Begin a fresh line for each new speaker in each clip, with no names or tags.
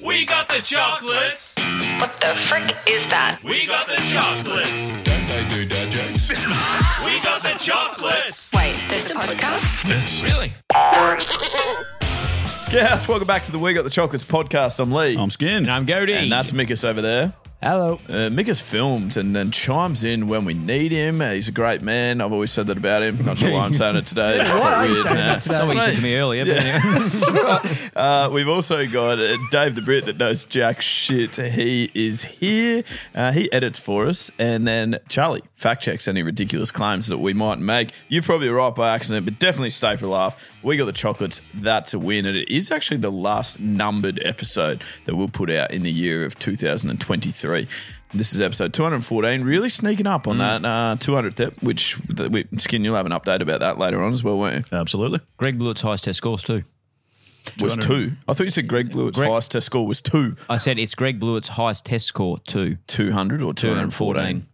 We got the chocolates.
What the frick is that?
We got the chocolates.
Don't they do dad jokes?
We got the chocolates.
Wait, there's a podcast?
Really?
Scouts, welcome back to the We Got the Chocolates podcast. I'm Lee.
I'm Skin.
And I'm Goody.
and that's Mikus over there.
Hello.
Uh, Mikus films and then chimes in when we need him. Uh, he's a great man. I've always said that about him. Not sure why I'm saying it today. It's quite weird, nah.
That's what you said to me earlier. but anyway.
Uh, we've also got uh, Dave the Brit that knows jack shit. He is here. Uh, he edits for us. And then Charlie fact checks any ridiculous claims that we might make. You're probably right by accident, but definitely stay for a laugh. We got the chocolates. That's a win. And it is actually the last numbered episode that we'll put out in the year of 2023. This is episode 214. Really sneaking up on that uh, 200th ep, which that we, Skin, you'll have an update about that later on as well, won't you?
Absolutely. Greg Blewett's highest test scores too.
Was
200.
two. I thought you said Greg Blewett's
Greg-
highest test score was two.
I said it's Greg Blewett's highest test score too.
200 or 214.
214.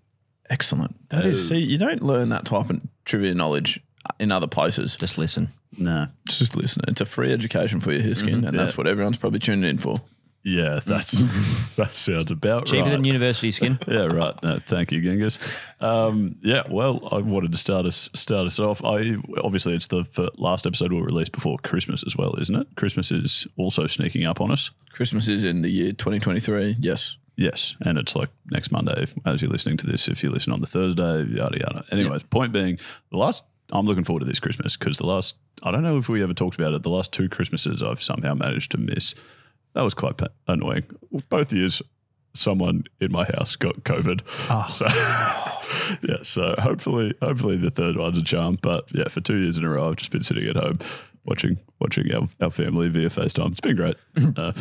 Excellent. That is, see, you don't learn that type of trivia knowledge in other places.
Just listen.
No. Just listen. It's a free education for your hair skin, and that's what everyone's probably tuning in for.
Yeah, that's
that sounds about
cheaper
right.
than university skin.
yeah, right. No, thank you, Genghis. Um, yeah, well, I wanted to start us start us off. I obviously it's the fir- last episode we'll release before Christmas as well, isn't it? Christmas is also sneaking up on us.
Christmas is in the year 2023. Yes.
Yes, and it's like next Monday if, as you're listening to this. If you listen on the Thursday, yada yada. Anyways, point being, the last I'm looking forward to this Christmas because the last I don't know if we ever talked about it. The last two Christmases I've somehow managed to miss. That was quite pa- annoying. Both years, someone in my house got COVID. So yeah, so hopefully, hopefully the third one's a charm. But yeah, for two years in a row, I've just been sitting at home. Watching, watching our, our family via FaceTime. It's been great. Uh,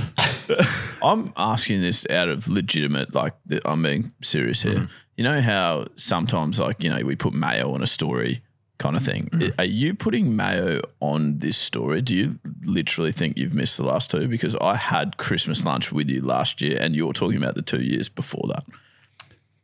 I'm asking this out of legitimate, like, th- I'm being serious here.
Mm-hmm.
You know how sometimes, like, you know, we put mayo on a story kind of thing.
Mm-hmm.
I- Are you putting mayo on this story? Do you literally think you've missed the last two? Because I had Christmas lunch with you last year and you're talking about the two years before that.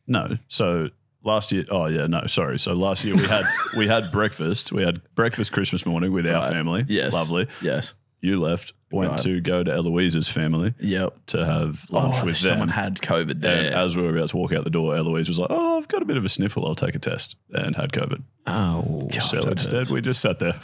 No. So last year, oh yeah, no, sorry. So last year we had we had breakfast. We had breakfast Christmas morning with our
Right.
family.
Yes.
lovely.
Yes.
You left, went
Right.
to go to Eloise's family
Yep.
to have lunch
Oh,
with them.
someone had COVID
and
there.
as we were about to walk out the door, Eloise was like, "Oh, I've got a bit of a sniffle. I'll take a test," and had COVID.
Oh,
so instead, we just sat there.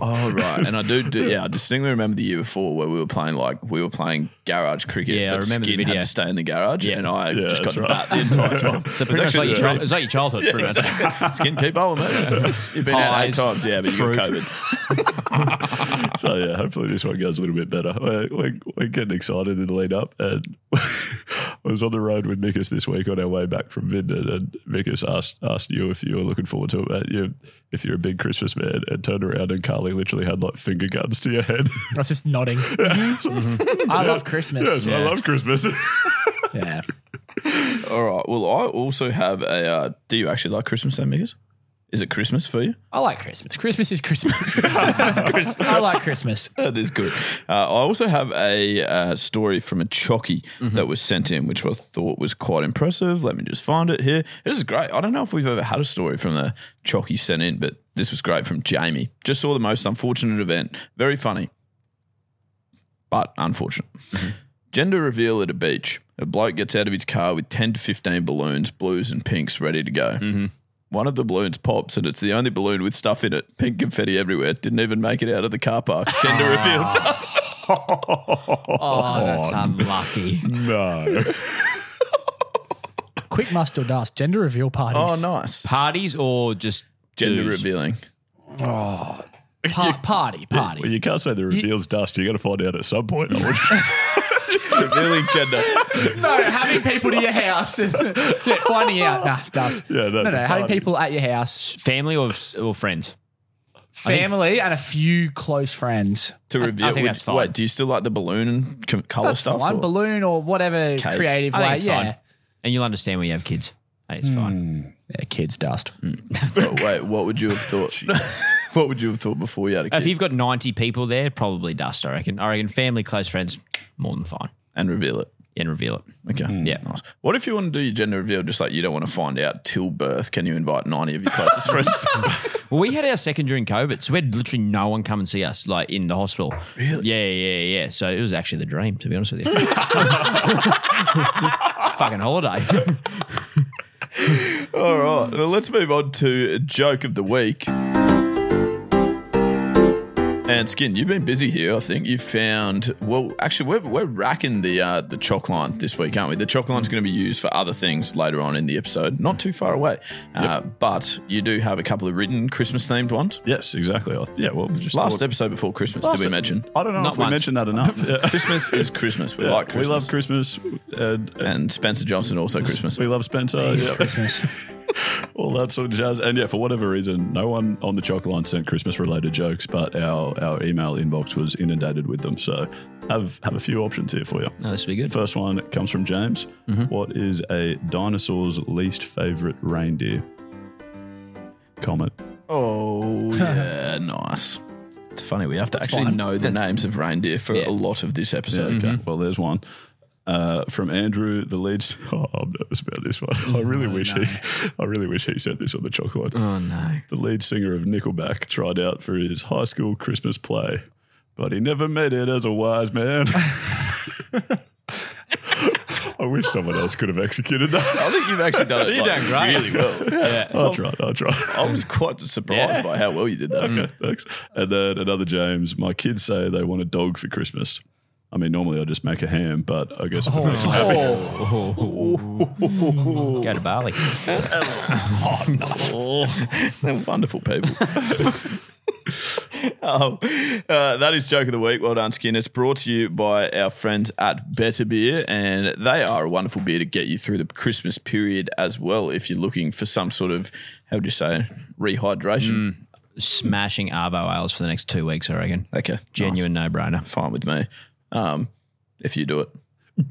Oh right, and I do, do yeah. I distinctly remember the year before where we were playing like we were playing garage cricket.
Yeah, I
but
remember the
Skin Had
video.
to stay in the garage,
Yeah.
and I
Yeah,
just
that's
got to
right.
bat the entire time.
So pretty much like your, child- it was like your childhood, pretty much.
Skin keep bowling, mate. You've been out eight
Pies,
times, yeah, but you got
fruit.
COVID.
so yeah, hopefully this one goes a little bit better. We're, we're, we're getting excited in the lead up, and I was on the road with Mikus this week on our way back from Vinden, and Mikus asked asked you if you were looking forward to it, mate. You, if you're a big Christmas man, and turned around and Carly literally had like finger guns to your head.
That's just nodding. I love Christmas.
Yes, I love Christmas.
Yeah.
All right. Well, I also have a. Uh, do you actually like Christmas, then, Migas? Is it Christmas for you?
I like Christmas. Christmas is Christmas. Christmas is Christmas. I like Christmas.
That is good. Uh, I also have a uh, story from a chockey that was sent in, which I thought was quite impressive. Let me just find it here. This is great. I don't know if we've ever had a story from a chockey sent in, but this was great from Jamie. Just saw the most unfortunate event. Very funny, but unfortunate. Gender reveal at a beach. A bloke gets out of his car with 10 to 15 balloons, blues and pinks, ready to go. One of the balloons pops, and it's the only balloon with stuff in it. Pink confetti everywhere. Didn't even make it out of the car park. Gender revealed.
Oh, that's unlucky.
No.
Quick must or dust gender reveal
oh,
parties.
nice.
Parties or just
Gender
dudes?
revealing.
Pa- party, party.
Well, you can't say the reveal's dust. You got to find out at some point. I would-
revealing gender.
no, having people to your house and finding out. Nah, dust.
Yeah, that'd
no, no.
be
Having
funny.
people at your house,
Family or, or friends?
family, and a few close friends.
To reveal.
think
would-
that's fine.
Wait, do you still like the balloon and co- color
That's
stuff?
fine.
or-
Balloon or whatever
Cake.
creative
I think
way.
it's
Oh, Yeah.
fine. And you'll understand when you have kids. Hey, it's fine.
yeah. Kids dust.
Mm.
Oh, wait, what would you have thought? what would you have thought before you had a
If
kid
you've got 90 people there, probably dust, I reckon. I reckon family, close friends, more than fine.
and reveal it?
And reveal it.
Okay.
Yeah.
Nice. What if you want to do your gender reveal just like you don't want to find out till birth? Can you invite 90 of your closest friends?
Well, we had our second during COVID, so we had literally no one come and see us, like in the hospital. Really? Yeah, yeah, yeah. So it was actually the dream, to be honest with you. Fucking holiday.
All right. Well, let's move on to joke of the week. And Skin, you've been busy here. I think you found well. Actually, we're, we're racking the uh, the chalk line this week, aren't we? The chalk line's going to be used for other things later on in the episode. Not too far away, uh, but you do have a couple of written Christmas themed ones.
yes, exactly. I- Yeah, well, we just
Last
thought-
episode before Christmas,
Last e-
did we
ep-
mention?
I don't know
Not
if we
once.
mentioned that enough. Yeah.
Christmas is Christmas. We
Yeah,
like Christmas.
We love Christmas. And, and
and Spencer Johnson also Christmas.
we love Spencer. yeah.
Christmas.
all that sort of jazz. And yeah, for whatever reason, no one on the chalk line sent Christmas related jokes, but our, our email inbox was inundated with them. So have have a few options here for you.
No, this will be good.
First one comes from James. What is a dinosaur's least favorite reindeer? Comet.
Oh yeah, nice. It's funny we have to actually Mm-hmm. know the names of reindeer for a lot of this episode.
Okay,
Mm-hmm.
well, there's one. Uh, from Andrew, the lead. s- Oh, I'm nervous about this one. I really wish he, I really wish he said this on the chocolate.
Oh, no.
The lead singer of Nickelback tried out for his high school Christmas play, but he never made it as a wise man. I wish someone else could have executed that.
I think you've actually done it.
You're
like,
doing great.
really well.
Oh.
I'll try. I'll try.
I was quite surprised by how well you did
Mm.
that. Mm.
Okay, thanks. And then another James. My kids say they want a dog for Christmas. I mean, normally I just make a ham, but I guess if
Oh.
it makes them happy-
Go to Bali.
They're wonderful people. Um, uh, that is joke of the week. Well done, Skin. It's brought to you by our friends at Better Beer, and they are a wonderful beer to get you through the Christmas period as well. If you're looking for some sort of, how would you say, rehydration?
Smashing Arvo ales for the next two weeks, I reckon.
Okay,
Genuine no brainer.
fine with me. Um, if you do it,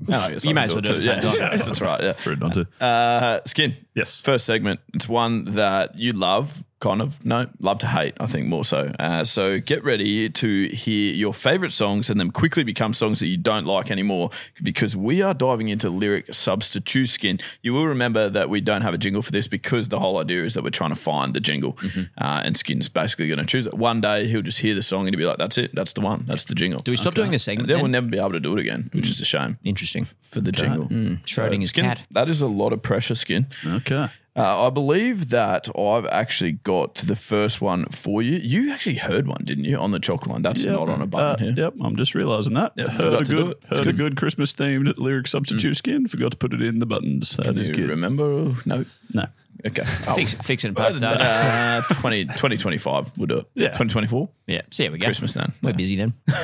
no, I guess
You
I
may
can
as well do it
too.
at the
Yeah,
same time.
yes, that's right. Yeah.
for it not to.
Uh, skin.
Yes.
First segment. It's one that you love, kind of. No, love to hate. I think more so. Uh, so get ready to hear your favorite songs and then quickly become songs that you don't like anymore because we are diving into lyric substitute. Skin. You will remember that we don't have a jingle for this because the whole idea is that we're trying to find the jingle.
Mm-hmm.
Uh, and Skin's basically going to choose it. One day he'll just hear the song and he'll be like, "That's it. That's the one. That's the jingle."
Do we stop doing this segment?
then
then? Mm.
we'll never be able to do it again, which is a shame
Interesting.
for the jingle.
Schrodinger's
skin,
cat.
That is a lot of pressure, skin.
Okay.
Uh, I believe that I've actually got the first one for you. You actually heard one, didn't you, on the chocolate line? That's not on a button
Uh,
here.
Yep, I'm just realizing that.
Yep,
heard
forgot
a
to do
good,
it. It's
heard a good Christmas themed lyric substitute skin. Forgot to put it in the buttons. That
Do
is
you
good.
remember? No.
No.
Okay. Oh,
Fix, fix it and
uh,
puff that.
20, 2025 we'll do it.
Yeah.
2024.
Yeah. So yeah, we go.
Christmas then.
We're busy then.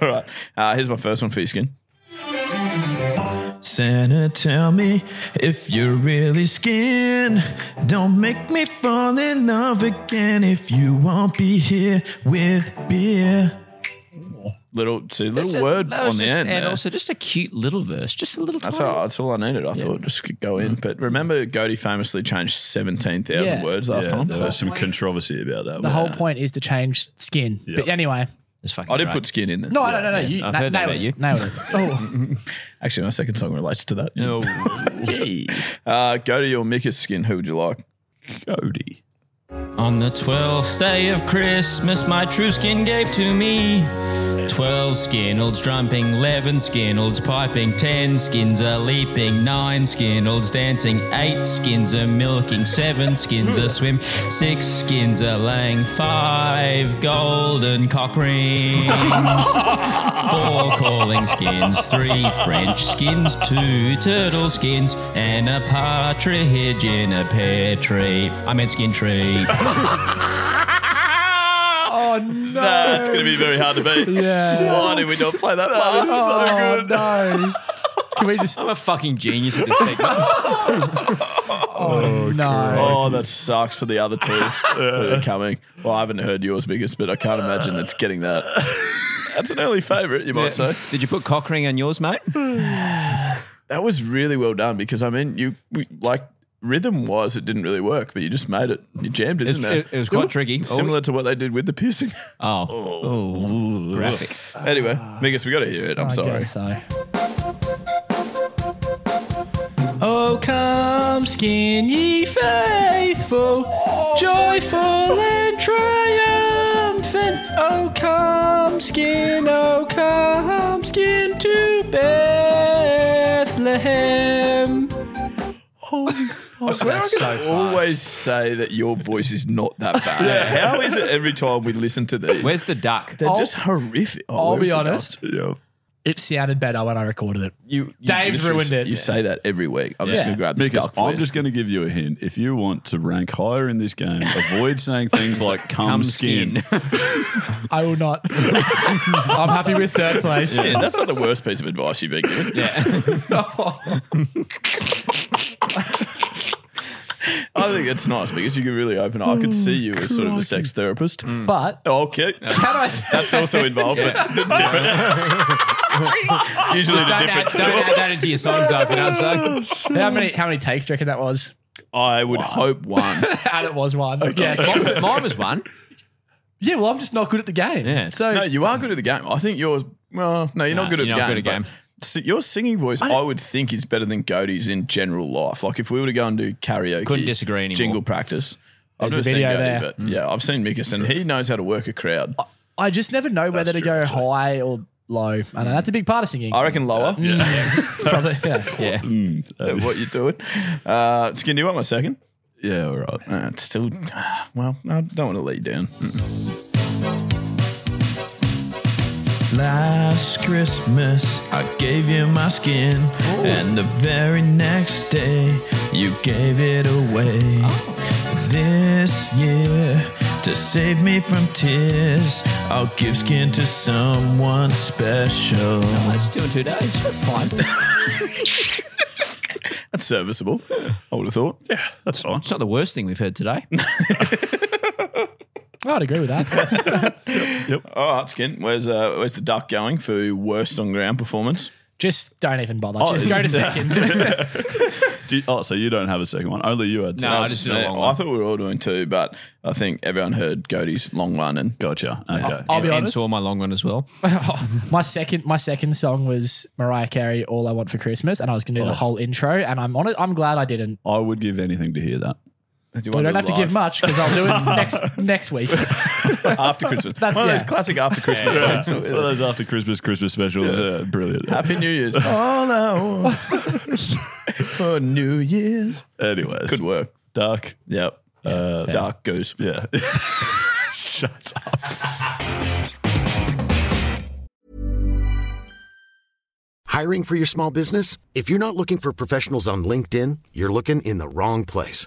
All right. Uh, here's my first one for you, Skin. Santa, tell me if you're really skin. Don't make me fall in love again if you won't be here with beer. Little, see, little
That's just-
word
that
on
was
the
just-
end.
And
there.
also just a cute little verse, just a little
that's,
tiny
all, that's all I needed. I thought just go in. But remember, Goaty famously changed 17,000
Yeah.
words last
Yeah,
time.
there
So
was some controversy about that.
The
one.
whole point is to change skin. But anyway.
It's fucking
I did
great.
put skin in there.
No, no, no, no. You,
I've
na-
heard that
nailed
about
it,
you.
Nailed it. Oh,
Actually, my second song relates to that. Uh, go to your Mickey skin. Who would you like?
Cody.
On the twelfth day of Christmas, my true skin gave to me
12 skinolds drumping, 11 skinolds piping, 10 skins are leaping, 9 skinolds dancing, 8 skins are milking, 7 skins are swim, 6 skins are laying, 5 golden cock rings, 4 calling skins, 3 French skins, 2 turtle skins, and a partridge in a pear tree. I meant skin tree.
Oh no!
That's going to be very hard to beat.
Yeah.
Why did we not play that last?
oh no! Can we just?
I'm a fucking genius at this segment.
no.
Oh, that sucks for the other two that are coming. Well, I haven't heard yours, biggest, but I can't imagine it's getting that. That's an early favourite, you might say.
Did you put cockring on yours, mate?
That was really well done because I mean, you we- like rhythm wise, it didn't really work, but you just made it. You jammed it,
It was-
didn't it?
it- it was quite tricky.
Similar to what they did with the piercing.
Oh, oh. graphic.
anyway, biggest, we got to hear it. I'm
I
sorry.
guess so. Oh, come, skin ye faithful, joyful and triumphant. Oh, come, skin, oh, come, skin to Bethlehem.
I swear I can always say that your voice is not that bad. How is it every time we listen to these?
Where's the duck?
They're just horrific. Oh,
I'll
where
be
is the
honest.
dust? Yeah.
It sounded better when I recorded it.
You, you
Dave's
literally-
ruined it.
You say that every week. I'm just
Yeah.
going to grab this
Because
duck for
I'm
you.
just going to give you a hint. If you want to rank higher in this game, avoid saying things like "cum,
Cum
skin."
I will not. I'm happy with third place.
Yeah, that's not the worst piece of advice you've been given.
Yeah.
I think it's nice because you can really open up. I could see you as sort of a sex therapist.
But
Okay. Oh, That's also involved, but different. Usually the
Don't add,
difference. Oh,
don't add that into your songs, though, if you know what I'm saying.
how many how many takes do you reckon that was?
I would hope one.
And it was one. Yeah,
Mine- Mine was one.
yeah. Well, I'm just not good at the game.
Yeah.
So
No, you are good at the game. I think yours. Well, no, you're
No,
not good at
you're
the
not
game.
good at
but s- your singing voice, I, would think, is better than Godey's in general life. Like if we were to go and do karaoke,
Couldn't disagree anymore.
Jingle practice. I've
There's a
never seen
video
Godey,
there.
but yeah, I've seen Mickus, and he knows how to work a crowd.
I just never know whether to
true,
go
actually.
high or low. I know that's a big part of singing.
I reckon lower.
It's probably, yeah.
Yeah.
at what you're doing. Uh, Skin, do you want my second?
yeah, all right.
Uh, it's still, well, I don't want to lay down. Last Christmas, I gave you my skin, and the very next day, you gave it away.
Oh.
This year, to save me from tears, I'll give skin to someone special.
It's two in two days. That's fine. It's
That's serviceable, I would have thought.
Yeah, that's fine.
not the worst thing we've heard today.
I'd agree with that.
All right, Skin. Where's uh, where's the duck going for worst on ground performance?
Just don't even bother.
Oh,
just go to second.
Do you- oh, so you don't have a second one? Only you had. two.
No, I just did a
Yeah,
long
I
one.
thought we were all doing two, but I think everyone heard Godey's long one, and
Gotcha. Okay.
I'll
And,
be
and
honest.
saw my long one as well.
My second, my second song was Mariah Carey, "All I Want for Christmas," and I was gonna
Oh.
do the whole intro. And I'm on it. I'm glad I didn't.
I would give anything to hear that.
do
We don't have to give much because I'll do it next next week.
after Christmas. That's one of
yeah.
those classic after Christmas songs.
Well, those after Christmas Christmas specials, yeah. brilliant.
Happy New Year's. Oh. all I want for New Year's.
Anyways,
Good work.
Dark.
Yep. Uh, Dark goose.
Yeah. Shut up.
Hiring for your small business? If you're not looking for professionals on LinkedIn, you're looking in the wrong place.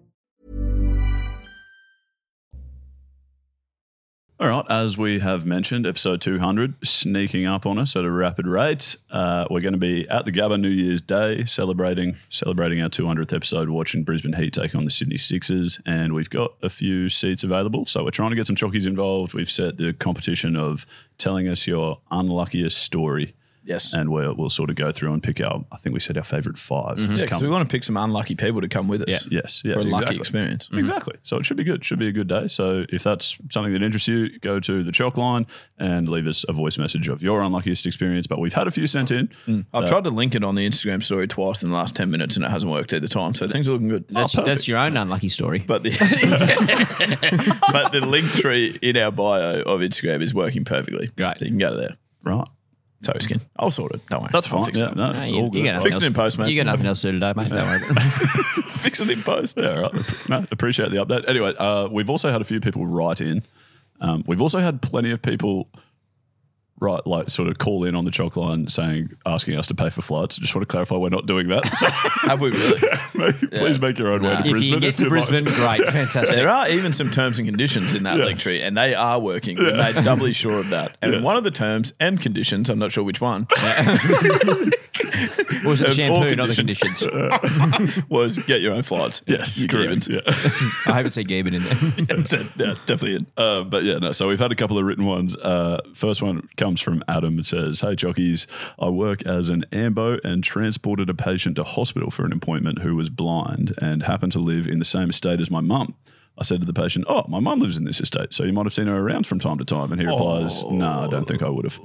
All right, as we have mentioned, episode 200 sneaking up on us at a rapid rate. Uh, we're going to be at the Gabba New Year's Day celebrating celebrating our 200th episode, watching Brisbane Heat take on the Sydney Sixers, and we've got a few seats available. So we're trying to get some chockies involved. We've set the competition of telling us your unluckiest story.
Yes,
and we're, we'll sort of go through and pick our. I think we said our favorite 5
Mhm.
to
Yeah, 'cause
come-
we want to pick some unlucky people to come with us.
Yes. Yeah,
for a lucky
exactly. Mm-hmm.
experience. Mm-hmm.
Exactly. So it should be good. Should be a good day. So if that's something that interests you, go to the chalk line and leave us a voice message of your unluckiest experience. But we've had a few sent in.
I've
Uh,
tried to link it on the Instagram story twice in the last 10 minutes and it hasn't worked either time. So things are looking good.
That's- perfect. that's
your own unlucky story. But the, but the link tree in our bio of Instagram is working perfectly. Right. You can go there.
Right.
Sorry, skin. I'll sort it. Don't worry.
That's
I'll
fine.
Fix
Yeah,
it.
no, No, you- all you good. got nothing
fix
else-
it in post, mate.
you got nothing else
to do today, mate. fix it in post.
Yeah, all right. No, appreciate the update. Anyway, uh, we've also had a few people write in. Um, we've also had plenty of people write, like, sort of call in on the chalk line saying, asking us to pay for flights. Just want to clarify, we're not doing that. So
Have we really?
please make your own way to
Nah. If you
Brisbane.
can get to
you'd like.
Brisbane, great. Fantastic. There are even some terms and conditions in that
Yes.
link tree, and they are working. We
Yeah.
made doubly sure of that. And
Yes.
one of the terms and conditions, I'm not sure which one.
Was it
Terms or
shampoo, not the
was get your own flights.
Yes,
You
correct.
Gibbons.
I haven't said Gaben in there.
yeah, definitely in.
Uh, but yeah, no. So we've had a couple of written ones. Uh, first one comes from Adam. It says, "Hey jockeys, I work as an ambo and transported a patient to hospital for an appointment who was blind and happened to live in the same estate as my mum." I said to the patient, "Oh, my mum lives in this estate, so you might have seen her around from time to time." And he replies,
Oh.
"No, I don't think I would have."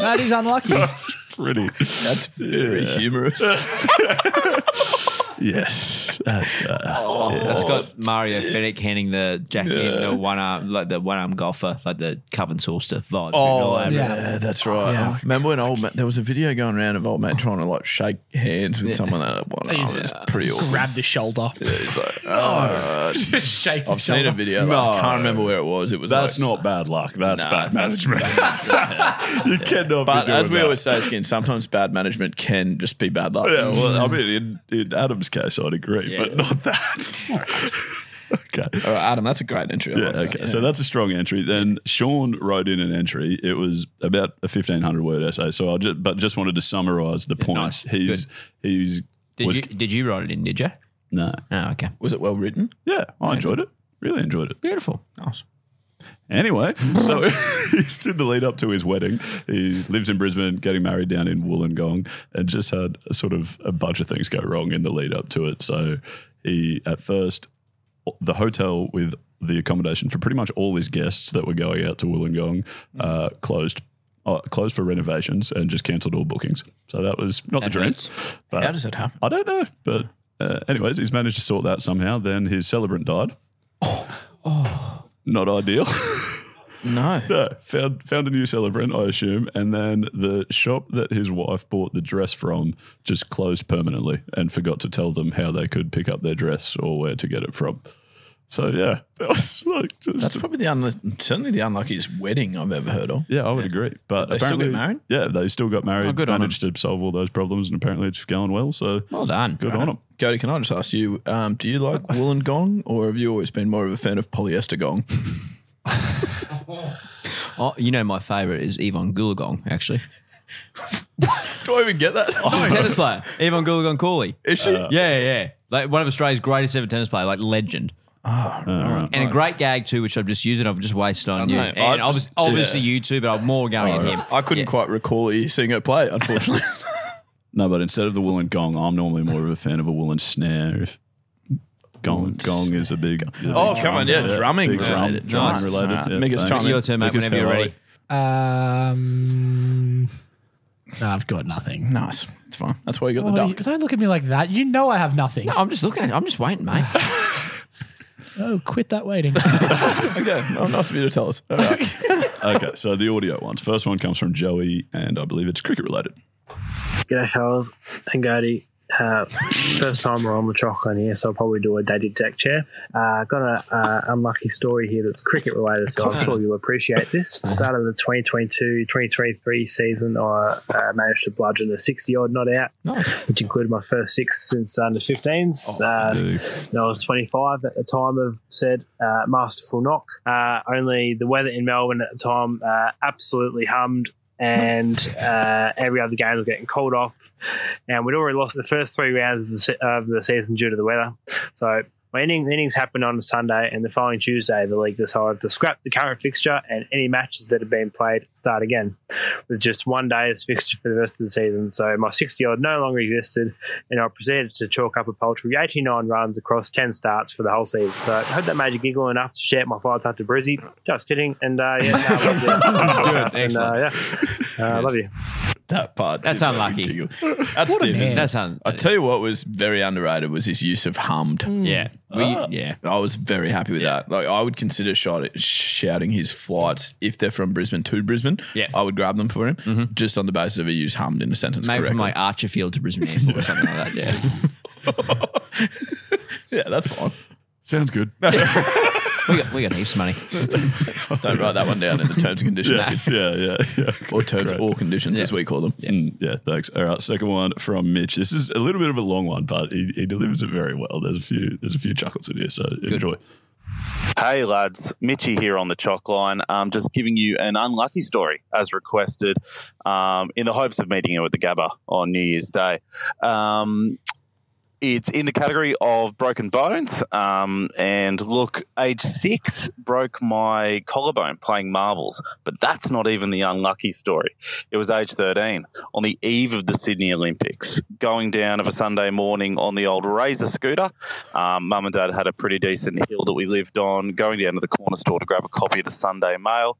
that is unlucky.
Pretty.
That's very humorous.
yes, that's uh,
Oh,
That's got Mario Fennec handing the jacket in the one arm, like the one arm golfer, like the cup and saucer vibe.
Oh,
Like,
yeah. that's right. Oh,
Yeah.
Remember when old mate, there was a video going around of old mate trying to like shake hands with
Yeah.
someone that one arm. It's pretty awful.
Grab the shoulder.
Yeah, he's like, oh,
Just shake the
I've seen
shoulder.
a video. Like, I can't remember where it was. It was.
That's
like-
not bad luck. That's
Nah,
bad management. you cannot. be
But
doing
as we
that.
always say, skin sometimes bad management can just be bad luck.
Yeah, well, I mean, in, in Adam's case, I'd agree, but not that. okay.
All right, Adam, that's a great entry. I
Yeah,
like that.
okay. So that's a strong entry. Then Sean wrote in an entry. It was about a fifteen hundred word essay. So I just, but just wanted to summarise the points. He's he's
Did you did you write it in? Did you?
no.
Oh, okay.
Was it well written?
Yeah, I enjoyed it. Really enjoyed it.
Beautiful.
Nice.
Anyway, so he's in the lead up to his wedding. He lives in Brisbane, getting married down in Wollongong, and just had a sort of a bunch of things go wrong in the lead up to it. So he, at first, the hotel with the accommodation for pretty much all his guests that were going out to Wollongong uh, closed. Uh, closed for renovations and just cancelled all bookings. So that was not the dream. But
How does that happen?
I don't know. But uh, anyways, he's managed to sort that somehow. Then his celebrant died.
Oh.
Not ideal.
No.
no. Found found a new celebrant, I assume, and then the shop that his wife bought the dress from just closed permanently and forgot to tell them how they could pick up their dress or where to get it from. So yeah, that was like just-
That's probably the unlu- certainly the unluckiest wedding I've ever heard of.
yeah, I would agree. But
They still
apparently,
get married?
yeah, they still got married.
Oh, good on
managed to solve all those problems, and apparently it's going well. So
Well done.
good on them.
Cody, can I just ask you, um, do you like woolen gong, or have you always been more of a fan of polyester gong?
Oh, you know my favourite is Yvonne Goolagong, actually.
Do I even get that?
She's a tennis player. Yvonne Goolagong Cooley.
Is she?
yeah, yeah. Like one of Australia's greatest ever tennis player, like legend.
Oh,
And a great gag too, which I've just used and I've just wasted on you.
know.
And
I-
obviously,
Yeah.
obviously you too, but I'm more going at him.
Oh, I couldn't quite recall you seeing her play, unfortunately.
No, but instead of the woolen gong, I'm normally more of a fan of a woolen snare. If gong gong is a big
Oh, come on, yeah, drumming
big drum-
related.
drumming
Nice.
related.
Nah,
yeah,
Mick is
thanks.
charming. It's your
turn, mate,
Mick is
whenever you're
how I-
ready.
Um, no, I've got nothing.
nice. It's fine. That's why you got
Oh,
the duck.
you- don't look at me like that. You know I have nothing.
No, I'm just looking at I'm just waiting, mate.
Oh, quit that waiting.
okay. Oh, nice of you to tell us. All right.
Okay, so the audio ones. First one comes from Joey, and I believe it's cricket related.
G'day, Charles and Gertie uh, first time we're on the chalk on here, so I'll probably do a dated deck chair. Uh, got a uh, unlucky story here that's cricket related, so I'm sure you'll appreciate this. Start of the 2022-2023 season, I uh, managed to bludgeon a 60-odd not out, which included my first six since under-15s. uh, and I was 25 at the time of said uh, masterful knock. Uh, only the weather in Melbourne at the time uh, absolutely hummed and uh, every other game was getting called off. And we'd already lost the first three rounds of the, se- of the season due to the weather. So my innings, innings happened on Sunday, and the following Tuesday, the league decided to scrap the current fixture and any matches that had been played start again with just one day's fixture for the rest of the season. So my 60 odd no longer existed, and I proceeded to chalk up a paltry 89 runs across 10 starts for the whole season. So I hope that made you giggle enough to shout my five touch to Brizzy. Just kidding. And uh, yeah, no, I loved it.
Good,
And, uh, yeah. Uh, I love you.
That part. That's unlucky. That's
What a
stupid.
man. That's
un- I tell you what was very underrated was his use of hummed.
Mm.
Yeah. We-
yeah. I was very happy with that. Like I would consider shot- shouting his flights if they're from Brisbane to Brisbane. Yeah. I would grab them for him just on the basis of a use hummed in a sentence.
Maybe from
correctly.
like Archerfield to Brisbane Airport or something like that. Yeah.
yeah, that's fine.
Sounds good.
we got we got heaps of money.
Don't write that one down in the terms and conditions.
Yes,
kid.
yeah, yeah, yeah.
Or terms or conditions,
Yeah.
as we call them. Mm.
Yeah. yeah, thanks. All right, second one from Mitch. This is a little bit of a long one, but he, he delivers it very well. There's a few there's a few chuckles in here, so enjoy.
Hey lads, Mitchy here on the chalk line. Um, just giving you an unlucky story as requested, um, in the hopes of meeting you at the Gabba on New Year's Day. Um, it's in the category of broken bones. Um, and look, age six broke my collarbone playing marbles, but that's not even the unlucky story. It was age 13 on the eve of the Sydney Olympics, going down of a Sunday morning on the old Razor scooter. Um, Mum and Dad had a pretty decent hill that we lived on, going down to the corner store to grab a copy of the Sunday Mail.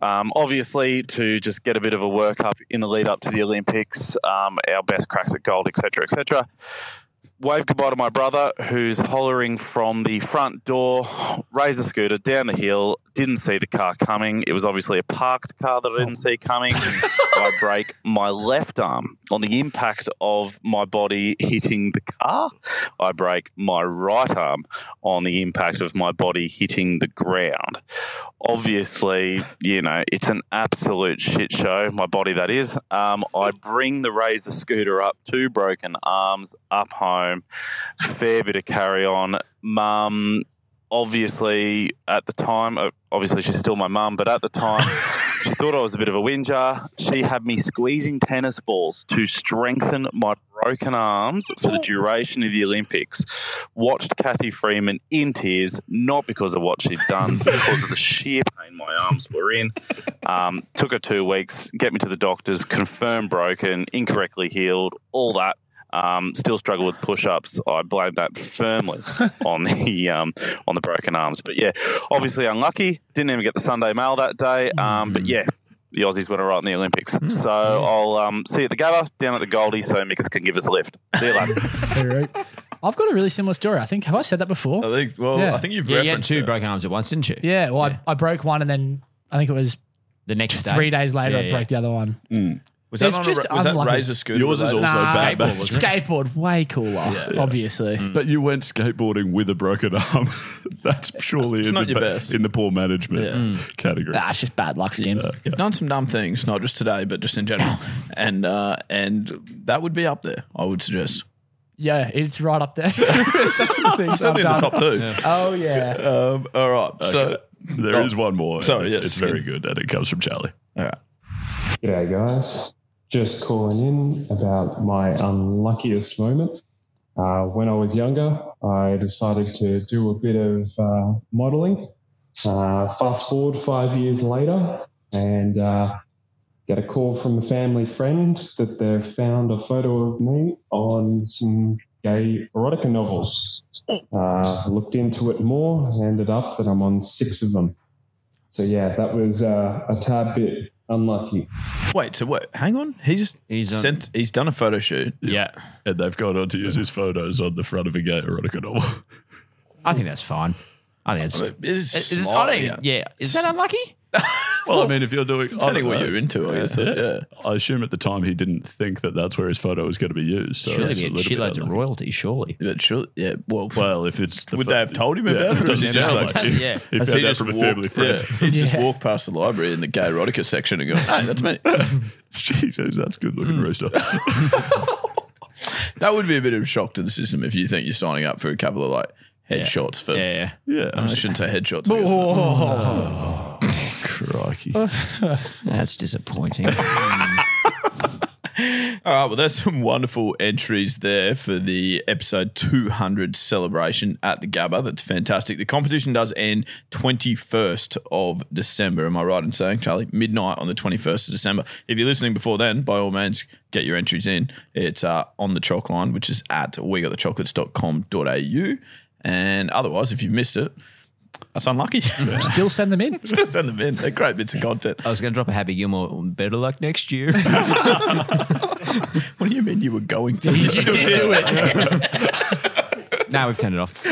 Um, obviously, to just get a bit of a work up in the lead up to the Olympics, um, our best cracks at gold, etc., etc wave goodbye to my brother who's hollering from the front door, raised the scooter down the hill, didn't see the car coming. It was obviously a parked car that I didn't see coming. I break my left arm on the impact of my body hitting the car. I break my right arm on the impact of my body hitting the ground. Obviously, you know, it's an absolute shit show, my body that is. Um, I bring the Razor scooter up, two broken arms, up home, fair bit of carry on. Mum, obviously, at the time, uh, obviously, she's still my mum, but at the time, she thought I was a bit of a whinger. She had me squeezing tennis balls to strengthen my broken arms for the duration of the Olympics. Watched Kathy Freeman in tears, not because of what she'd done, but because of the sheer pain my arms were in. Um, took her two weeks, get me to the doctors, confirmed broken, incorrectly healed, all that. Um, still struggle with push-ups. I blame that firmly on the um, on the broken arms. But yeah, obviously unlucky. Didn't even get the Sunday mail that day. Um, But yeah, the Aussies went all right in the Olympics.
Hmm.
So I'll um, see you at the Gabba down at the Goldie, so Mickers can give us a lift. See you later.
All right. I've got a really similar story. I think have I said that
Oh,
before?
I think. Well,
Yeah.
I think you've
Yeah, you had
referenced
two broken arms at once, didn't you?
Yeah. Well, I, I broke one, and then I think it was
The next day.
three days later
Yeah,
I
yeah.
broke the other one.
Was that,
It's
on a,
just
ra- was that
unlucky.
razor scooter?
Yours is
related?
also bad.
skateboard, skateboard way cooler, obviously.
Mm.
But you went skateboarding with a broken arm. That's surely
It's
in,
not
the
your best.
in the poor management
Yeah. Mm.
category.
Nah, it's just bad luck, skin.
You've done some dumb things, not just today, but just in general, and uh, and that would be up there. I would suggest.
Yeah, it's right up there. Certainly
Certainly in the top two.
Oh yeah.
Um, all right. So
There is
Oh,
one more. and
sorry,
it's,
yes,
it's very good, and it comes from Charlie.
All right.
G'day, guys. Just calling in about my unluckiest moment. Uh, when I was younger, I decided to do a bit of uh, modeling. Uh, fast forward five years later, and uh, get a call from a family friend that they've found a photo of me on some gay erotica novels. Uh, looked into it more, ended up that I'm on six of them. So, yeah, that was uh, a tad bit unlucky.
Wait. So what? Hang on. He just he's
on-
sent. he's done a photo shoot.
Yeah.
And they've gone on to use his photos on the front of a gay erotica novel.
I think that's fine. I think it's.
I mean, it is
it- it is- I
slightly-
don't even- yeah. Is that unlucky?
Well, I mean, if you're doing, I
depending what you're into, I guess,
I assume at the time he didn't think that that's where his photo was going to be used. So
Surely
it's
be a
little bit
shitloads of royalties, surely.
But surely, yeah. Well,
well, if it's the
Would
fir-
they have told him about it?
it?
or
Doesn't
is he just
sound
like-
like he- He
Has
found out from a family friend.
yeah, he's just walked past the library in the gay erotica section and gone, hey, that's me.
Jesus, that's good
Hmm.
looking rooster.
that would be a bit of a shock to the system if you think you're signing up for a couple of like headshots for. Yeah,
yeah.
I shouldn't say headshots.
Oh.
crikey.
That's disappointing.
All right, well, there's some wonderful entries there for the episode 200 celebration at the Gabba. That's fantastic. The competition does end 21st of December. Am I right in saying, Charlie? Midnight on the 21st of December. If you're listening before then, by all means, get your entries in. It's uh, on the chalk line, which is at wegotthechocolates.com.au. And otherwise, if you've missed it, that's unlucky.
Still send them in.
Still send them in. They're great bits of content.
I was going to drop a Happy Gilmore. Better luck next year.
what do you mean you were going to?
You
still
did
did.
do it. now we've turned it off.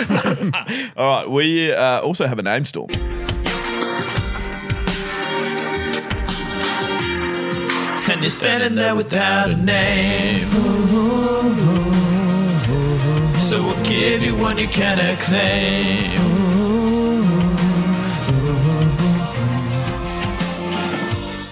All right, we uh, also have a name storm. And you're standing there without a name. So we'll give you one you can acclaim.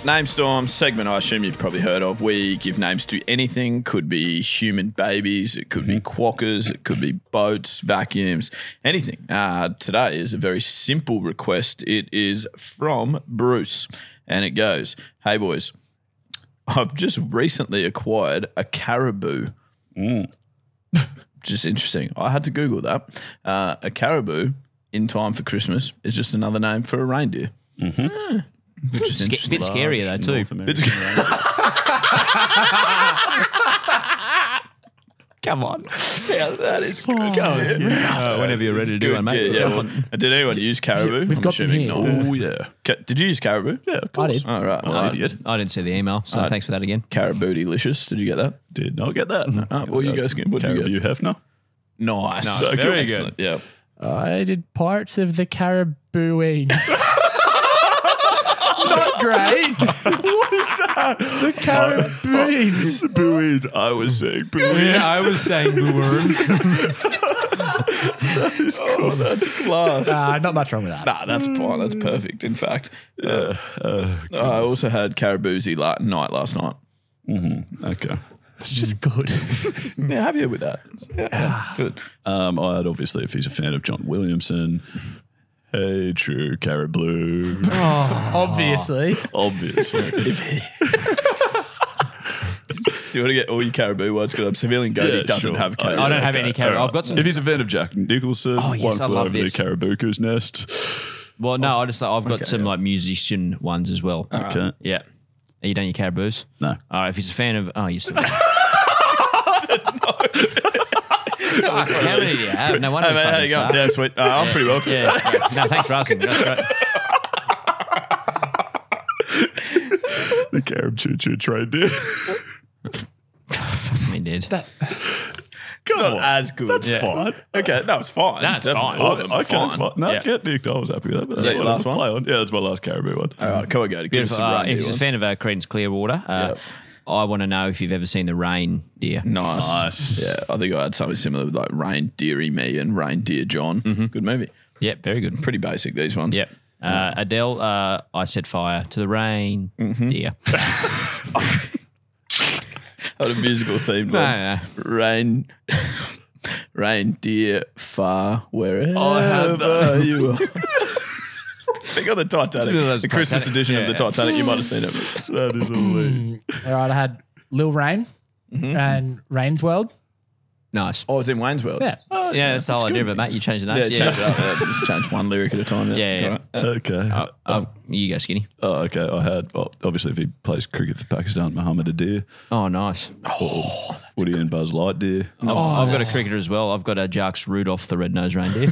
Name Storm segment, I assume you've probably heard of. We give names to anything. Could be human babies, it could be quackers, it could be boats, vacuums, anything. Uh, today is a very simple request. It is from Bruce, and it goes Hey, boys, I've just recently acquired a caribou.
Mm.
just interesting. I had to Google that. Uh, a caribou in time for Christmas is just another name for a reindeer. Mm-hmm. Which is
Sca-
interesting.
bit scarier though, too.
North American Bit-
Come on.
Yeah, that is good.
Uh, whenever you're ready to do one, mate. Jump on.
did anyone use caribou?
we've
I'm
got them
assuming
here.
not.
Oh,
yeah.
Ca- Did you use caribou?
Yeah, of course. Oh,
did.
All right.
Well, I did. I didn't see the email, so thanks for that again.
Caribou delicious. Did you get that?
Did not get that.
No. Ah, well, you guys can. What did
Caribou
you
Hefner.
Nice.
Nice. Okay,
Very
excellent.
good. Yeah.
I did parts of the caribouings. Not great.
what is that? The
caribouins.
Buoyed. I was saying buoyed.
Yeah, I was saying
worms.
Oh, that's class.
Nah, not much wrong with that.
Ah,
Nah,
mm.
that's fine. That's perfect. In fact, uh, I also had caribouzy la- night last night.
Mm-hmm. Okay.
It's just good. Ah.
yeah, happy with that. Good.
Um, I'd obviously, if he's a fan of John Williamson, hey, true caribou.
Obviously.
Obviously.
Do you want to get all your caribou ones? Because I'm civilian Goaty
Yeah,
doesn't
sure.
have caribou.
Oh,
I don't have
okay.
any caribou.
All right.
I've got some-
If he's a fan of Jack Nicholson,
Oh, yes,
one
I
flew
love
over
this.
the Carabucu's nest.
Well, no, I just I've got
Okay,
some like musician ones as well.
Okay.
Yeah. Are you done your caribous?
No.
All right. If he's a fan of, oh, you're still. How many do you have? No wonder.
Hey,
we
mate, how
fucking
you going?
suck.
Yeah, sweet. Uh, I'm pretty well.
Yeah. yeah. No, thanks for asking. That's great.
the carib choo choo train did.
We did.
It's not as good.
That's fine.
Okay, no, it's fine.
No, it's
Definitely.
fine.
All of them are
I can't.
fine.
fi- No,
Yeah.
yeah. Nick, I was happy with that. But
Is that your last one?
Play on. Yeah, that's my last caribou one.
All right, come on, go. Give us
Beautiful.
some
Uh,
reindeer
if you're a
ones.
fan of uh, Creedence Clearwater, uh, I want to know if you've ever seen the rain, dear.
Nice. Yeah, I think I had something similar with like Reindeery Me and Reindeer John. Good movie.
Yeah, very good.
Pretty basic, these ones.
Yep. Uh, Adele, uh, I set fire to the rain,
Mm-hmm.
dear.
Had a musical themed
No,
one. Rain, reindeer far wherever
I had that.
you are. Think on the Titanic,
one of
the
those
Christmas
Titanic-
edition
yeah.
of the Titanic. You might have seen it.
That is elite.
All right, I had Lil Rain
Mm-hmm.
and Rain's World.
Nice.
Oh, it's in Wayne's World.
Yeah.
yeah, that's the whole idea of it, mate. You change the
Oh, Yeah,
names.
change it up. Yeah, just change one lyric at a time.
Yeah, yeah.
All right.
Okay.
Uh, you go, Skinny.
Oh, okay. I had, well, obviously, if he plays cricket for Pakistan, Muhammad Adir.
Oh, nice.
Woody and Buzz Lightyear.
I've,
Oh,
I've got a cricketer as well. I've got a Jarks Rudolph the Red-Nosed Reindeer.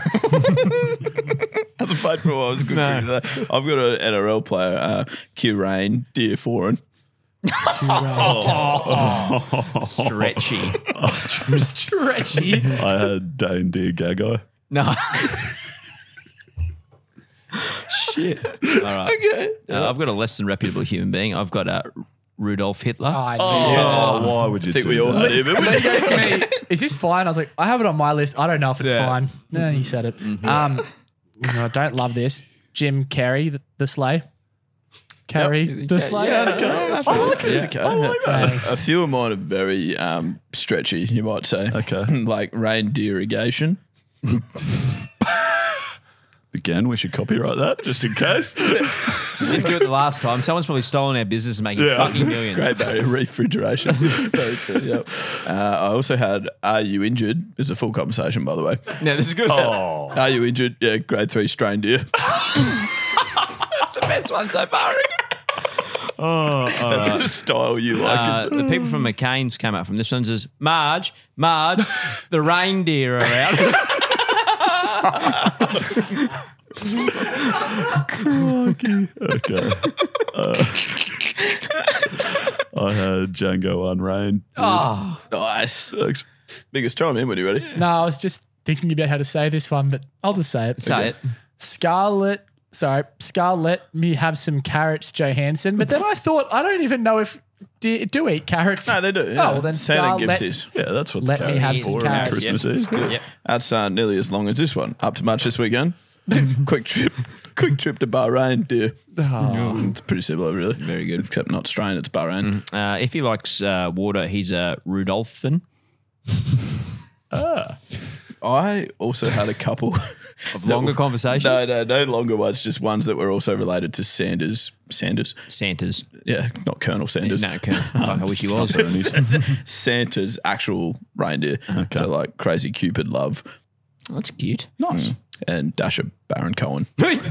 That's a fight for a while. It's good cricket. I've got an NRL player, uh, Q Rain, Dear Foreign.
Stretchy.
Stretchy.
I had Dane Deer Gagai.
No. Shit. All right. Okay. Uh, I've got a less than reputable human being. I've got a Rudolf Hitler.
Oh, yeah.
why would you
think
do
we all
that?
had him?
And then he goes to me, Is this fine? I was like, I have it on my list. I don't know if it's
Yeah.
fine. No, you said it.
Mm-hmm.
Um, no, I don't love this. Jim Carrey, the, the sleigh. Carrey, the sleigh. I like it.
Oh A few of mine are very um, stretchy, you might say. Okay. like reindeer irrigation.
Again, we should copyright that just in case.
We didn't do it the last time. Someone's probably stolen our business and making
Yeah.
fucking millions.
Great Barrier refrigeration. was very too, yep. uh, I also had Are You Injured? It's a full conversation, by the way.
Yeah, this is good.
Oh. Are You Injured? Yeah, grade three strained ear.
That's the best one so far.
Oh,
That's a style you like.
Uh, the people from McCain's came out from this one's is Marge, Marge, the reindeer are out.
Crikey. Okay. Uh, I had Django Unrain.
Oh. Nice. Biggest time in when you're ready.
No, I was just thinking about how to say this one, but I'll just say it.
Say Okay. it.
Scarlet. Sorry, Scarlet. Me have some carrots, Johansson. But then I thought I don't even know if do, do eat carrots.
No, they do.
Oh, well then
Santa
Scarlet.
Gibbs is.
Yeah, that's what
Let me have some carrots.
Christmas
Yep.
is.
Good. Yep.
That's uh, nearly as long as this one. Up to much this weekend. quick trip, quick trip to Bahrain, dear. Mm,
Oh.
It's pretty similar, really. Very good, except not Australian. It's Bahrain.
Uh, if he likes uh, water, he's a Rudolphin.
Ah. I also had a couple of
longer conversations?
No, no, no longer ones. Just ones that were also related to Sanders. Sanders.
Santas.
Yeah, not Colonel Sanders. Um,
No, Colonel. Fuck, I wish he was.
Santa's actual reindeer. So like Crazy Cupid Love. Mm.
That's cute.
Nice.
And Dasher Baron Cohen.
What is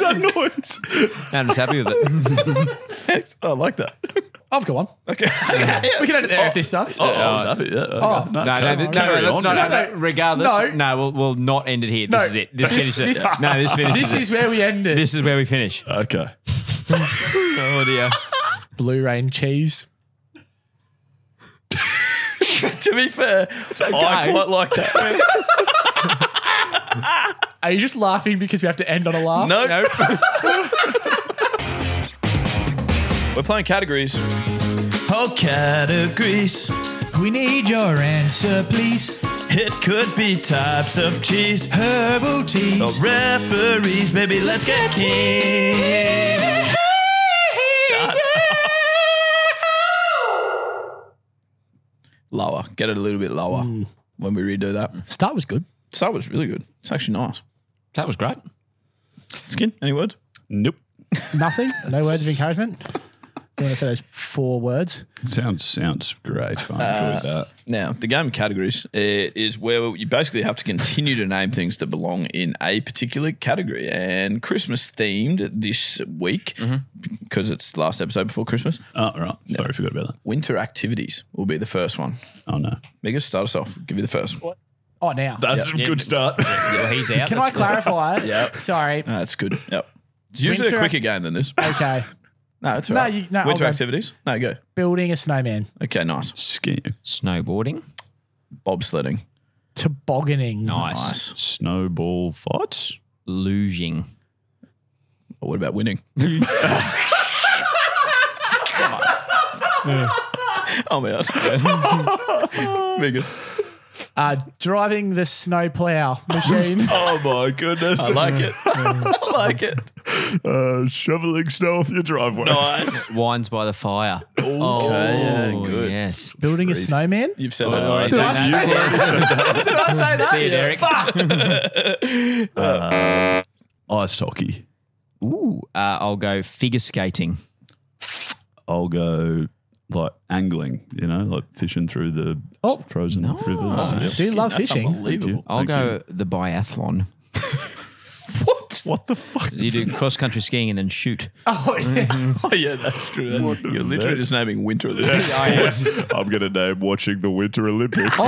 that noise?
I'm just happy with it.
I like that.
Uh,
I've got one.
Okay.
We can end it there if this sucks.
Oh, I was happy. Yeah.
Oh.
No, no, no, no, no,
Carry
that's
on.
not.
No,
No,
no.
Regardless,
No.
no, we'll, we'll not end it here. This
No.
is it. This,
This-
finishes
this-
it. No, this finishes
This
it.
is where we end it.
This is where we finish.
Okay.
oh dear.
Blue rain cheese.
to be fair, Oh, I quite like that.
Are you just laughing because we have to end on a laugh?
No. We're playing categories. Oh, categories.
We need your answer, please.
It could be types of cheese,
herbal teas,
or referees. Baby, let's get keen. Lower. Get it a little bit lower when we redo that.
Start was good.
Start was really good. It's actually nice.
That was great.
Skin, any words?
Nope.
Nothing. No words of encouragement. You want to say those four words?
Sounds sounds great. I enjoyed
Uh,
that.
Now, the game categories uh, is where you basically have to continue to name things that belong in a particular category. And Christmas themed this week, because it's the last episode before Christmas.
Oh, right. Sorry, I forgot about that.
Winter activities will be the first one.
Oh, no.
Biggest start us off. Give you the first one.
Oh, now.
That's a good start.
he's
Can I clarify?
Yep.
Sorry.
No, that's good. Yep. It's usually
Winter
a
ac-
quicker game than this.
Okay.
No, it's all
No,
right.
you- no, I'll
Winter
go.
activities? No, go.
Building a snowman.
Okay, nice.
Skiing.
Snowboarding.
Bobsledding.
Tobogganing.
Nice.
Snowball fights.
Losing.
Or what about winning? I'm out. Biggest.
Uh, driving the snow plow machine.
Oh, my goodness.
I like it.
I
like it.
Uh, shoveling snow off your driveway.
Nice.
Wines by the fire. Oh,
yeah, good.
Yes.
Building a snowman.
You've said
Oh,
that already.
Did I
You've
say that? Did I say that?
See you, Derek.
Uh, ice hockey.
Ooh, uh, I'll go figure skating.
I'll go like angling, you know, like fishing through the frozen rivers.
Nice. Do you love That's fishing?
Thank you.
I'll
Thank
go
you.
the biathlon.
What? What the fuck?
You do cross country skiing and then shoot.
Oh, yeah.
Oh, yeah, that's true. That-
What
You're
is
literally
that?
just naming Winter Olympics.
Yes. I'm going to name watching the Winter Olympics.
Oh,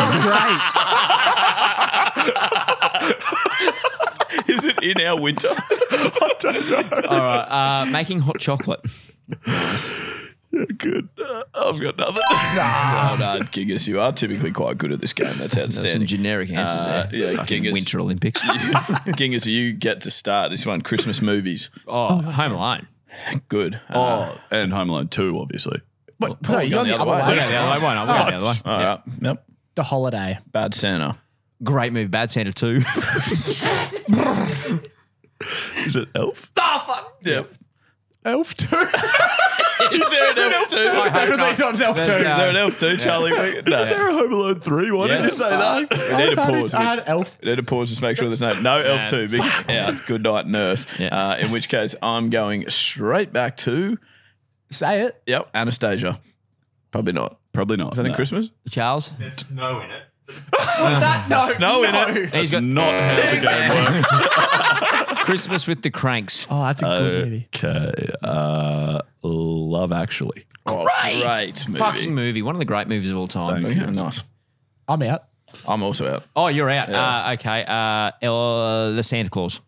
Is it in our winter?
I don't know.
All right, uh, making hot chocolate.
Good. Uh, I've got nothing. Well done, Gingus. You are typically quite good at this game. That's outstanding.
some generic answers
Uh,
there.
Yeah, Oh.
Fucking
Gingus.
Winter Olympics.
Gingus, you get to start this one. Christmas movies.
Oh, Home Alone.
Good. Uh,
oh, and Home Alone 2, obviously.
But no, you got the other
way.
one.
Yeah, the other way,
no, we got the other way.
All right. Yep.
The holiday.
Bad Santa.
Great move, Bad Santa too.
Is it Elf?
Ah, fuck. Yep.
Elf 2.
Is there an elf two?
I hope not.
Definitely not an elf two.
There's,
Is
uh,
there an elf two,
yeah.
Charlie?
Isn't
there a Home Alone 3? Why
did
did
you
you
say
say
that?
that?
We need a pause.
I had elf.
We Need a pause just to make sure there's no no elf
Man.
two. Because out. Good night, nurse. Uh, in which case, I'm going straight back to
say it.
Yep, Anastasia. Probably not.
Probably not.
Is that in
no.
Christmas?
Charles?
There's snow in it.
Snow in it.
He's got
not how the game works.
Christmas with the Cranks.
Oh, that's
Okay. Uh, love Actually.
Great. Oh, Great movie.
Fucking movie. One of the great movies of all time.
Okay, nice.
I'm out.
I'm also out.
Oh, you're out. Uh, okay. Uh, El- the Santa Claus.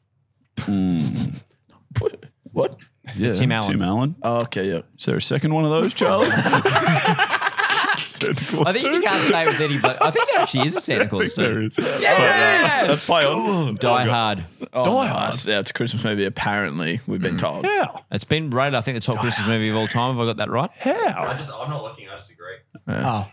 What?
Yeah,
Tim Allen.
Tim Allen.
Oh, okay, yeah.
Is there a second one of those, Charlie? Santa Claus
I think you
two?
can't say with any, but I think there actually is a Santa
I
Claus
think
too.
there is. uh,
Yes! Let's play on.
Die Hard.
Oh, nice. Yeah, it's a Christmas movie, apparently, we've been told.
How?
It's been rated, I think, the top Christmas movie of all time. Have I got that right?
How?
I just, I'm not looking. I just agree.
Oh.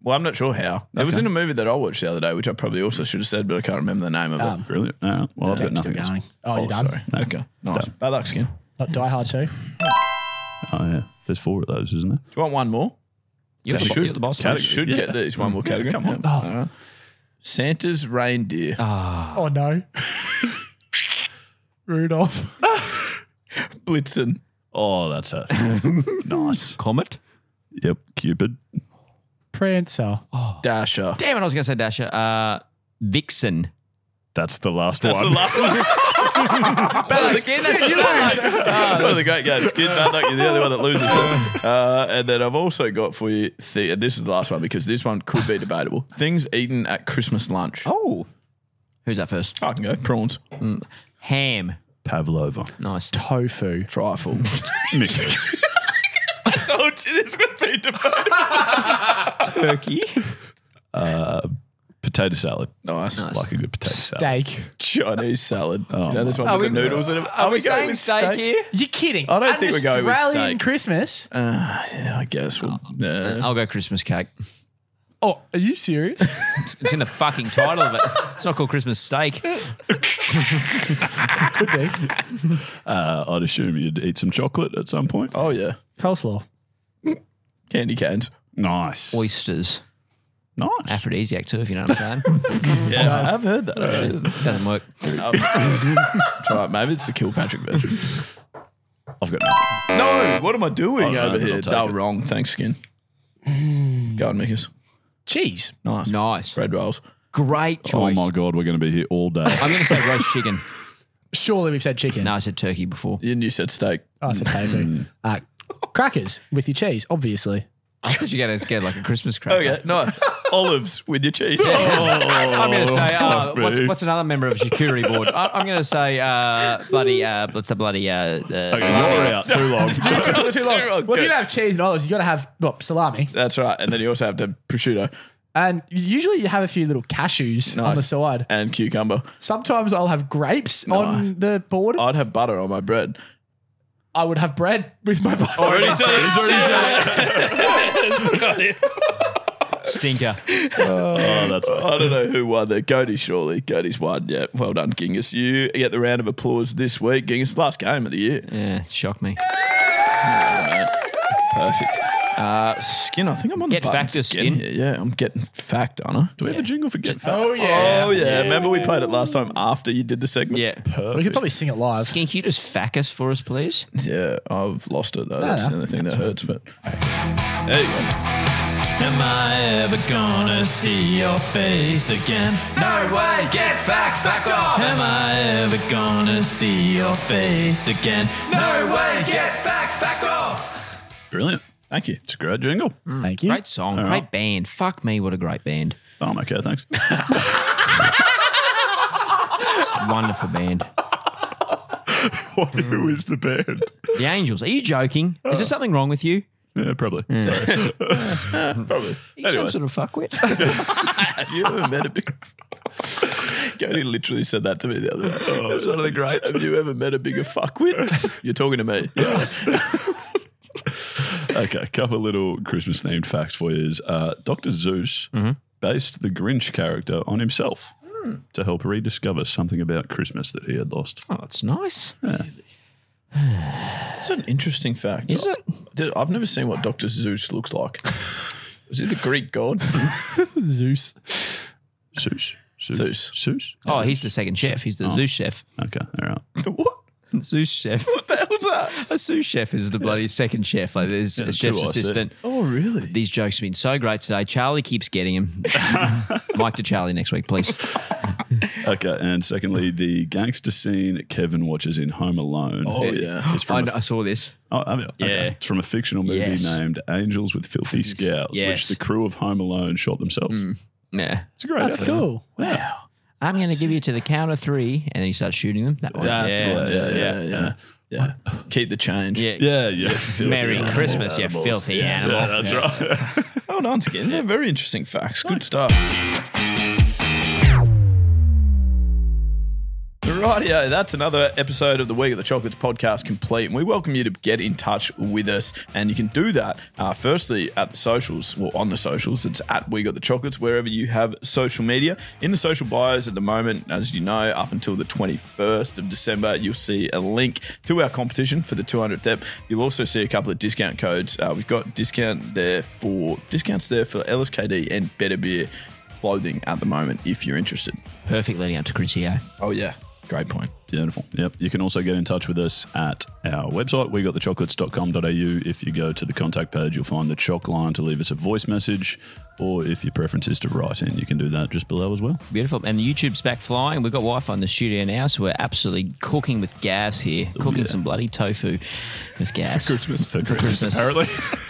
Well, I'm not sure how. It was in a movie that I watched the other day, which I probably also should have said, but I can't remember the name of
Um,
it.
Brilliant. All right. Well, I've got
Still
nothing else.
going. Oh, you done?
sorry. Okay. Nice.
Done.
Bad luck, Skin. Do
Not Die Hard 2.
Oh, yeah. There's four of those, isn't there?
you want one more?
You're the,
We
bo-
should,
you're the boss.
we should get these one more category.
Come on.
Yeah. All right. Santa's reindeer.
Oh, no. Rudolph.
Blitzen.
Oh, that's it. nice.
Comet.
Yep. Cupid.
Prancer.
Oh, Dasher.
Damn it, I was going to say Dasher. Uh, Vixen.
That's the last
That's
one.
the last one.
Bella Skin, that's
Oh, you One of the great games. Kid, bad luck. You're the only one that loses. Uh, and then I've also got for you. The, this is the last one because this one could be debatable. Things eaten at Christmas lunch.
Oh. Who's that first?
I can go prawns,
Ham.
Pavlova.
Nice.
Tofu.
trifle.
Mixes.
Oh, this would be debatable.
Turkey.
potato salad.
Nice.
Nice.
Like a good potato salad.
Steak.
Chinese salad.
Oh,
you know this one
Are
with
we-
the noodles in it.
Are, we,
going
saying
with
steak, here?
You're kidding.
I don't
At
think we're going with
Australian
steak.
Christmas.
Uh, yeah, I guess. We'll, yeah.
I'll go Christmas cake.
Oh, are you serious?
It's in the fucking title of it. It's not called Christmas steak.
Could be.
Uh, I'd assume you'd eat some chocolate at some point.
oh yeah,
Coleslaw.
candy cans.
Nice.
Oysters.
Nice.
Aphrodisiac too, if you know what I'm saying.
Yeah, I've heard that. actually.
Doesn't work.
It's all right, maybe it's the Kilpatrick version.
I've got Oh nothing.
No, what am I doing
I don't know,
over
but I'll
here?
take
Oh,
it.
wrong. Thanks, skin. Go on, Mikus.
Cheese.
Nice.
Nice.
Bread rolls.
Great
Oh
choice.
my god, we're going to be here all day.
I'm going to say roast chicken.
Surely we've said chicken.
No, I said turkey before.
And you said steak.
Oh, I said
Mm.
tofu. uh, crackers with your cheese, obviously.
I thought you were going to get like a Christmas cracker.
Okay, nice. Olives with your cheese.
Oh.
I'm going to say, uh,
fuck
what's,
me.
what's another member of security board? I, I'm going to say, uh, bloody, uh, what's the bloody, uh, uh,
Okay, you're out too long.
too
Oh,
long. Well, if you don't have cheese and olives, you got to have what, salami.
That's right. And then you also have to prosciutto
And usually you have a few little cashews on the
Nice.
side.
and cucumber.
Sometimes I'll have grapes on the board.
I'd have butter on my bread.
I would have bread with my butter.
Already said it.
stinker?
oh, that's
I don't know who won there. Cody, surely. Cody's won. Yeah. Well done, Gingus. You get the round of applause this week. Gingus, last game of the year.
Yeah, shocked me.
Perfect. Uh, skin, I think I'm on
Get
the buttons
factor, Skin.
again here. Yeah, I'm getting fact, aren't I?
Do we have a jingle for Get Fat?
Oh, yeah.
Oh, yeah. Remember we played it last time after you did the segment?
Yeah.
We could
Perfect.
probably sing it live.
Skin, can you just fack us for us, please?
Yeah, I've lost it, though. That's
no.
the only thing that hurts, but there you go.
Am I ever gonna see your face again? No way, get fact, back off! Am I ever gonna see your face again? No way, get fact, fact off!
Brilliant.
Thank you.
It's a great jingle.
Mm.
Thank you.
Mm. Great song, great
right.
band. Fuck me, what a great band.
Oh, I'm okay, thanks.
Wonderful band.
Who is the band?
Mm.
Oh.
The Angels. Are you joking? Is there something wrong with you?
Yeah, probably.
Yeah.
Sorry. probably.
He's some
Anyway.
sort of fuckwit.
you ever met a big? Cody literally said that to me the other day. Oh, it's one of the greats. Have you ever met a bigger fuckwit? You're talking to me.
Okay, a couple little Christmas themed facts for you is uh, Dr. Zeus based the Grinch character on himself
Mm.
to help rediscover something about Christmas that he had lost.
Oh, that's nice.
It's an interesting fact. Is it? Dude, I've never seen what Doctor Zeus looks like. Is he the Greek god?
Zeus.
Zeus.
Zeus.
Zeus.
Oh, he's the second chef. He's the
Oh.
Zeus chef.
Okay, all right.
Zeus chef. What
the hell's that?
A sous chef is the bloody second chef. Like there's
Yeah,
a
that's
chef's
who I said.
assistant.
Oh, really?
These jokes have been so great today. Charlie keeps getting him. Mike to Charlie next week, please.
Okay, and secondly, the gangster scene Kevin watches in Home Alone.
Oh, yeah.
is from
I
a-
kn- I saw this.
Oh, I mean, okay.
Yeah.
It's from a fictional movie
Yes.
named Angels with Filthy Scowls,
Yes. Hmm.
which the crew of Home Alone shot themselves.
Yeah.
It's a great
That's
episode.
cool.
Yeah.
I'm going to give you to the count of three, and then he starts shooting them. That one.
That's what- yeah, yeah, yeah. Yeah. Keep the change.
Yeah.
Yeah, yeah. Filthy
Merry
animal
Christmas, you
animals.
filthy
Yeah,
animal.
Yeah, that's
Yeah.
right.
Hold on, skin. Yeah, very interesting facts. Good stuff. Rightio, that's another episode of the Week of the Chocolates podcast complete, and we welcome you to get in touch with us. And you can do that uh, firstly at the socials, well, on the socials. It's at We Got the Chocolates, wherever you have social media. In the social bios at the moment, as you know, up until the 21st of December, you'll see a link to our competition for the 200th ep. You'll also see a couple of discount codes. Uh, we've got discount there for discounts there for LSKD and Better Beer clothing at the moment if you're interested.
Perfect leading up to eh? Crucio.
Oh, yeah. Great point.
Beautiful. Yep. You can also get in touch with us at our website, wegotthechocolates.com.au. If you go to the contact page, you'll find the chalk line to leave us a voice message. Or if your preference is to write in, you can do that just below as well.
Beautiful. And the YouTube's back flying. We've got Wi Fi in the studio now, so we're absolutely cooking with gas here, cooking some bloody tofu with gas.
For Christmas. For Christmas,
Christmas.
apparently.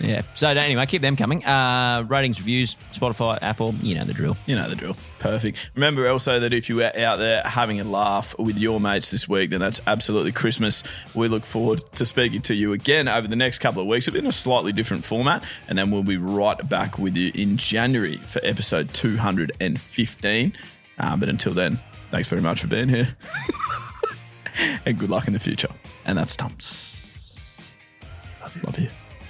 yeah. So, anyway, keep them coming. Uh, ratings, reviews, Spotify, Apple, you know the drill.
You know the drill. Perfect. Remember also that if you are out there having a laugh with your mates this week, then that's absolutely Christmas. We look forward to speaking to you again over the next couple of weeks, but in a slightly different format. And then we'll be right back with you in January for episode 215. Uh, but until then, thanks very much for being here. and good luck in the future. And that's Stumps. Love you. Love you.